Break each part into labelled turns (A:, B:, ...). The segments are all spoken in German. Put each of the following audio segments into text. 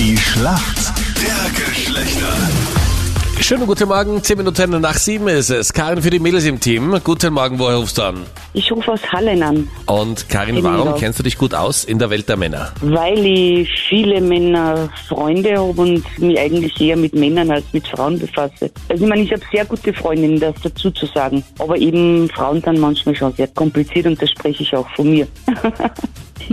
A: Schlacht der Geschlechter.
B: Schönen guten Morgen, 10 Minuten nach 7 ist es. Karin für die Mädels im Team. Guten Morgen, woher rufst du an?
C: Ich rufe aus Hallen an,
B: Und Karin,
C: In
B: warum
C: Niendorf.
B: kennst du dich gut aus in der Welt der Männer?
C: weil ich viele Männer Freunde habe und mich eigentlich eher mit Männern als mit Frauen befasse. Also ich meine, ich habe sehr gute Freundinnen, das dazu zu sagen. Aber eben Frauen sind manchmal schon sehr kompliziert und das spreche ich auch von mir.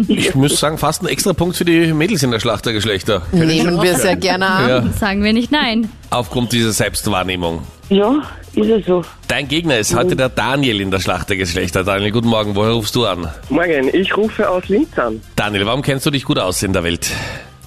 B: Ich muss sagen, fast ein extra Punkt für die Mädels in der Schlacht der Geschlechter.
D: Nehmen wir sehr gerne an.
B: Ja,
E: Sagen wir nicht nein.
B: aufgrund dieser Selbstwahrnehmung.
C: ja, ist ja so.
B: Dein Gegner ist heute der Daniel in der Schlacht der Geschlechter. Daniel, guten Morgen, woher rufst du an?
F: Morgen, ich rufe aus Linz an.
B: Daniel, warum kennst du dich gut aus in der Welt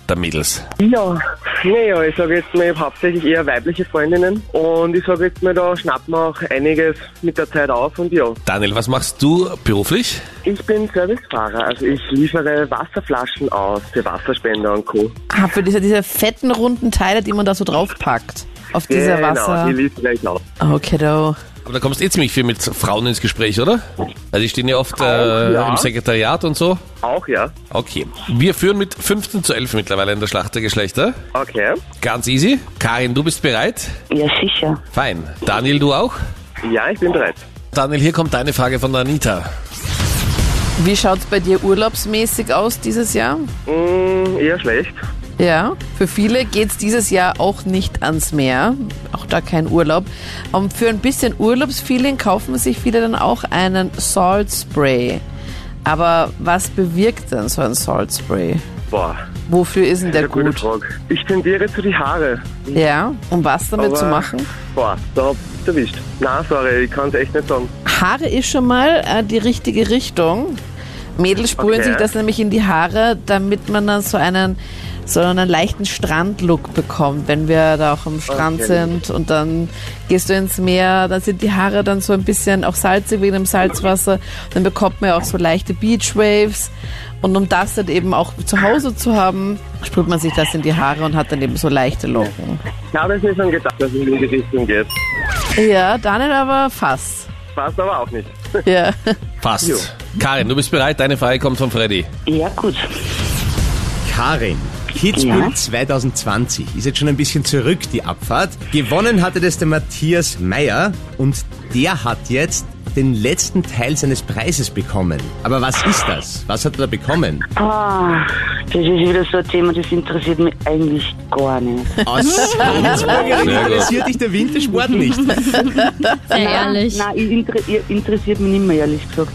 B: der Mädels?
F: Ja. Naja, ich sage jetzt mal, ich habe hauptsächlich eher weibliche Freundinnen und ich sage jetzt mal, da schnappen wir auch einiges mit der Zeit auf und ja.
B: Daniel, was machst du beruflich?
F: Ich bin Servicefahrer, also ich liefere Wasserflaschen aus für Wasserspender und Co.
D: Ah, für diese, diese fetten, runden Teile, die man da so draufpackt. Auf diese
F: genau,
D: Wasser.
F: die liefere ich aus.
D: Okay, do.
B: Aber da kommst eh ziemlich viel mit Frauen ins Gespräch, oder? Also die stehen ja oft äh,
F: ja.
B: im Sekretariat und so.
F: Auch, ja.
B: Okay. Wir führen mit 15 zu 11 mittlerweile in der Schlacht der Geschlechter.
F: Okay.
B: Ganz easy. Karin, du bist bereit?
C: Ja, sicher.
B: Fein. Daniel, du auch?
F: Ja, ich bin bereit.
B: Daniel, hier kommt deine Frage von der Anita.
D: Wie schaut's bei dir urlaubsmäßig aus dieses Jahr?
F: Mm, eher schlecht.
D: Ja. Für viele geht's dieses Jahr auch nicht ans Meer. Auch da kein Urlaub. Und für ein bisschen Urlaubsfeeling kaufen sich viele dann auch einen Salt Spray. Aber was bewirkt denn so ein Salt Spray?
F: Boah,
D: Wofür ist denn der
F: eine gute
D: gut?
F: Frage. Ich tendiere zu die Haare.
D: Ja. Um was damit zu
F: aber-
D: machen?
F: Boah, da habt ihr erwischt. Na, sorry, ich kann es echt nicht sagen.
D: Haare ist schon mal äh, die richtige Richtung. Mädels sprühen
F: Okay.
D: sich das nämlich in die Haare, damit man dann so einen, so einen leichten Strandlook bekommt, wenn wir da auch am Strand
F: Okay.
D: sind und dann gehst du ins Meer, dann sind die Haare dann so ein bisschen auch salzig wegen dem Salzwasser, dann bekommt man ja auch so leichte Beachwaves und um das dann eben auch zu Hause zu haben, sprüht man sich das in die Haare und hat dann eben so leichte Locken.
F: Ich habe es nicht schon gedacht, dass es in die Richtung geht.
D: Ja, Daniel aber fast.
F: Passt aber auch nicht.
D: Ja.
B: Passt. Karin, du bist bereit? Deine Frage kommt von Freddy.
C: Ja, gut.
G: Karin. Kitzbühel
C: Ja.
G: 2020 ist jetzt schon ein bisschen zurück, die Abfahrt. Gewonnen hatte das der Matthias Meyer und der hat jetzt den letzten Teil seines Preises bekommen. Aber was ist das? Was hat er da bekommen?
C: Ah, das ist wieder so ein Thema, das interessiert mich eigentlich gar nicht.
G: Aus Salzburgerin
B: Sehr gut.
G: interessiert dich der Wintersport nicht.
E: Sehr ehrlich.
C: Nein, ich inter ihr interessiert mich nicht mehr, ehrlich gesagt.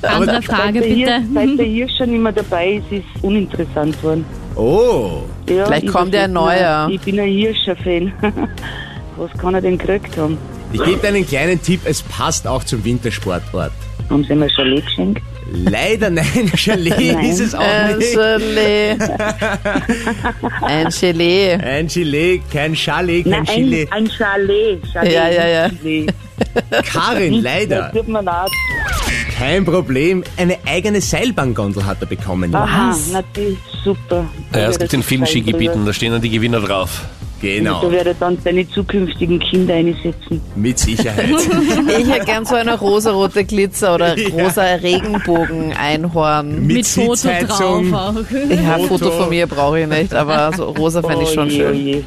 E: Andere Frage
C: seit, der
E: bitte.
C: Hier, seit der hier schon immer dabei ist, ist es uninteressant worden.
G: Oh,
C: Ja,
D: Vielleicht
C: ich
D: kommt
C: weiß
D: ja ein
C: nicht mehr.
D: neuer.
C: Ich bin ein Hirscher-Fan. Was kann er denn gekriegt haben?
G: ich gebe dir einen kleinen Tipp, es passt auch zum Wintersportort.
C: Haben sie mir Chalet geschenkt?
G: Leider nein, Chalet
C: Nein.
G: ist es auch
D: Ein
G: nicht.
D: Gelee. äh, Ein Gelee.
G: Ein Chalet, kein Chalet, kein Chile.
C: ein Chalet. Chalet.
D: Ja, ja, ja.
C: Chalet.
G: Karin, leider.
C: Das tut mir leid.
G: Kein Problem, eine eigene Seilbahngondel hat er bekommen.
E: Ah,
C: Aha, natürlich, super. Da
B: Ja, es
C: werde
B: gibt in
C: ich
B: vielen
C: sein
B: Skigebieten, da stehen dann die Gewinner drauf.
C: drüber. Da
G: Genau,
C: werde ich dann deine zukünftigen Kinder einsetzen.
G: mit Sicherheit.
D: Ich hätte gern so eine rosarote Glitzer oder
G: Ja.
D: rosa Regenbogen-Einhorn.
E: Mit Foto drauf
G: Sitzheizung.
E: auch.
D: Ja,
G: Foto.
D: Foto von mir brauche ich nicht, aber so rosa fände ich schon
C: Oh je,
D: schön.
C: je.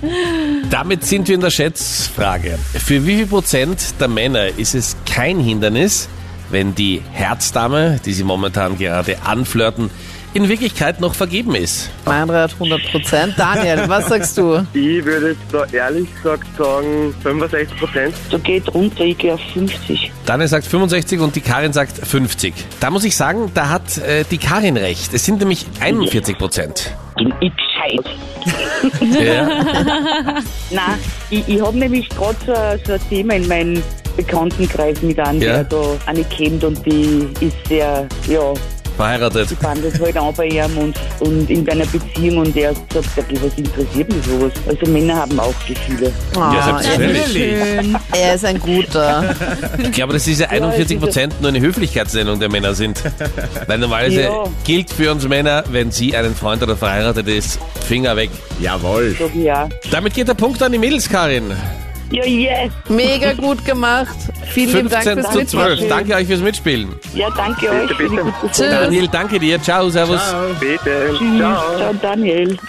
B: Damit sind wir in der Schätzfrage. Für wie viel Prozent der Männer ist es kein Hindernis, wenn die Herzdame, die sie momentan gerade anflirten, in Wirklichkeit noch vergeben ist?
D: Meinrad 100%. Daniel, was sagst du?
F: Ich würde jetzt da ehrlich gesagt sagen 65 Prozent.
C: Da geht runter, ich gehe auf 50.
B: Daniel sagt 65 und die Karin sagt 50. Da muss ich sagen, da hat äh, die Karin recht. Es sind nämlich 41 Prozent.
C: Bin ich gescheit.
B: Ja.
C: Nein, ich, ich habe nämlich gerade so, ein- so ein Thema in meinem Bekanntenkreis mit einem,
B: Ja.
C: der da eine kennt und die ist sehr, ja,
B: Verheiratet.
C: wandelt halt an bei ihm und, und in einer Beziehung und er sagt, okay, was interessiert mich sowas? Also Männer haben auch Gefühle.
D: Ah,
G: Natürlich.
D: er ist ein guter.
B: Ich glaube, dass diese 41 Prozent nur eine Höflichkeitsnennung der Männer sind. Weil normalerweise
C: Ja.
B: gilt für uns Männer, wenn sie einen Freund oder verheiratet ist, Finger weg.
G: Jawohl.
C: Sag ich ja.
B: Damit geht der Punkt an die Mädels, Karin.
C: Ja, yes!
D: Mega gut gemacht. Vielen lieben Dank
B: 15
D: fürs
B: zu 12.
D: Mitmachen.
B: Danke euch fürs Mitspielen.
C: Ja, danke euch. für die
F: bitte.
C: gute Frage.
D: Tschüss.
B: Daniel, danke dir. Ciao, servus.
F: Bitte. Ciao.
C: Ciao, Daniel.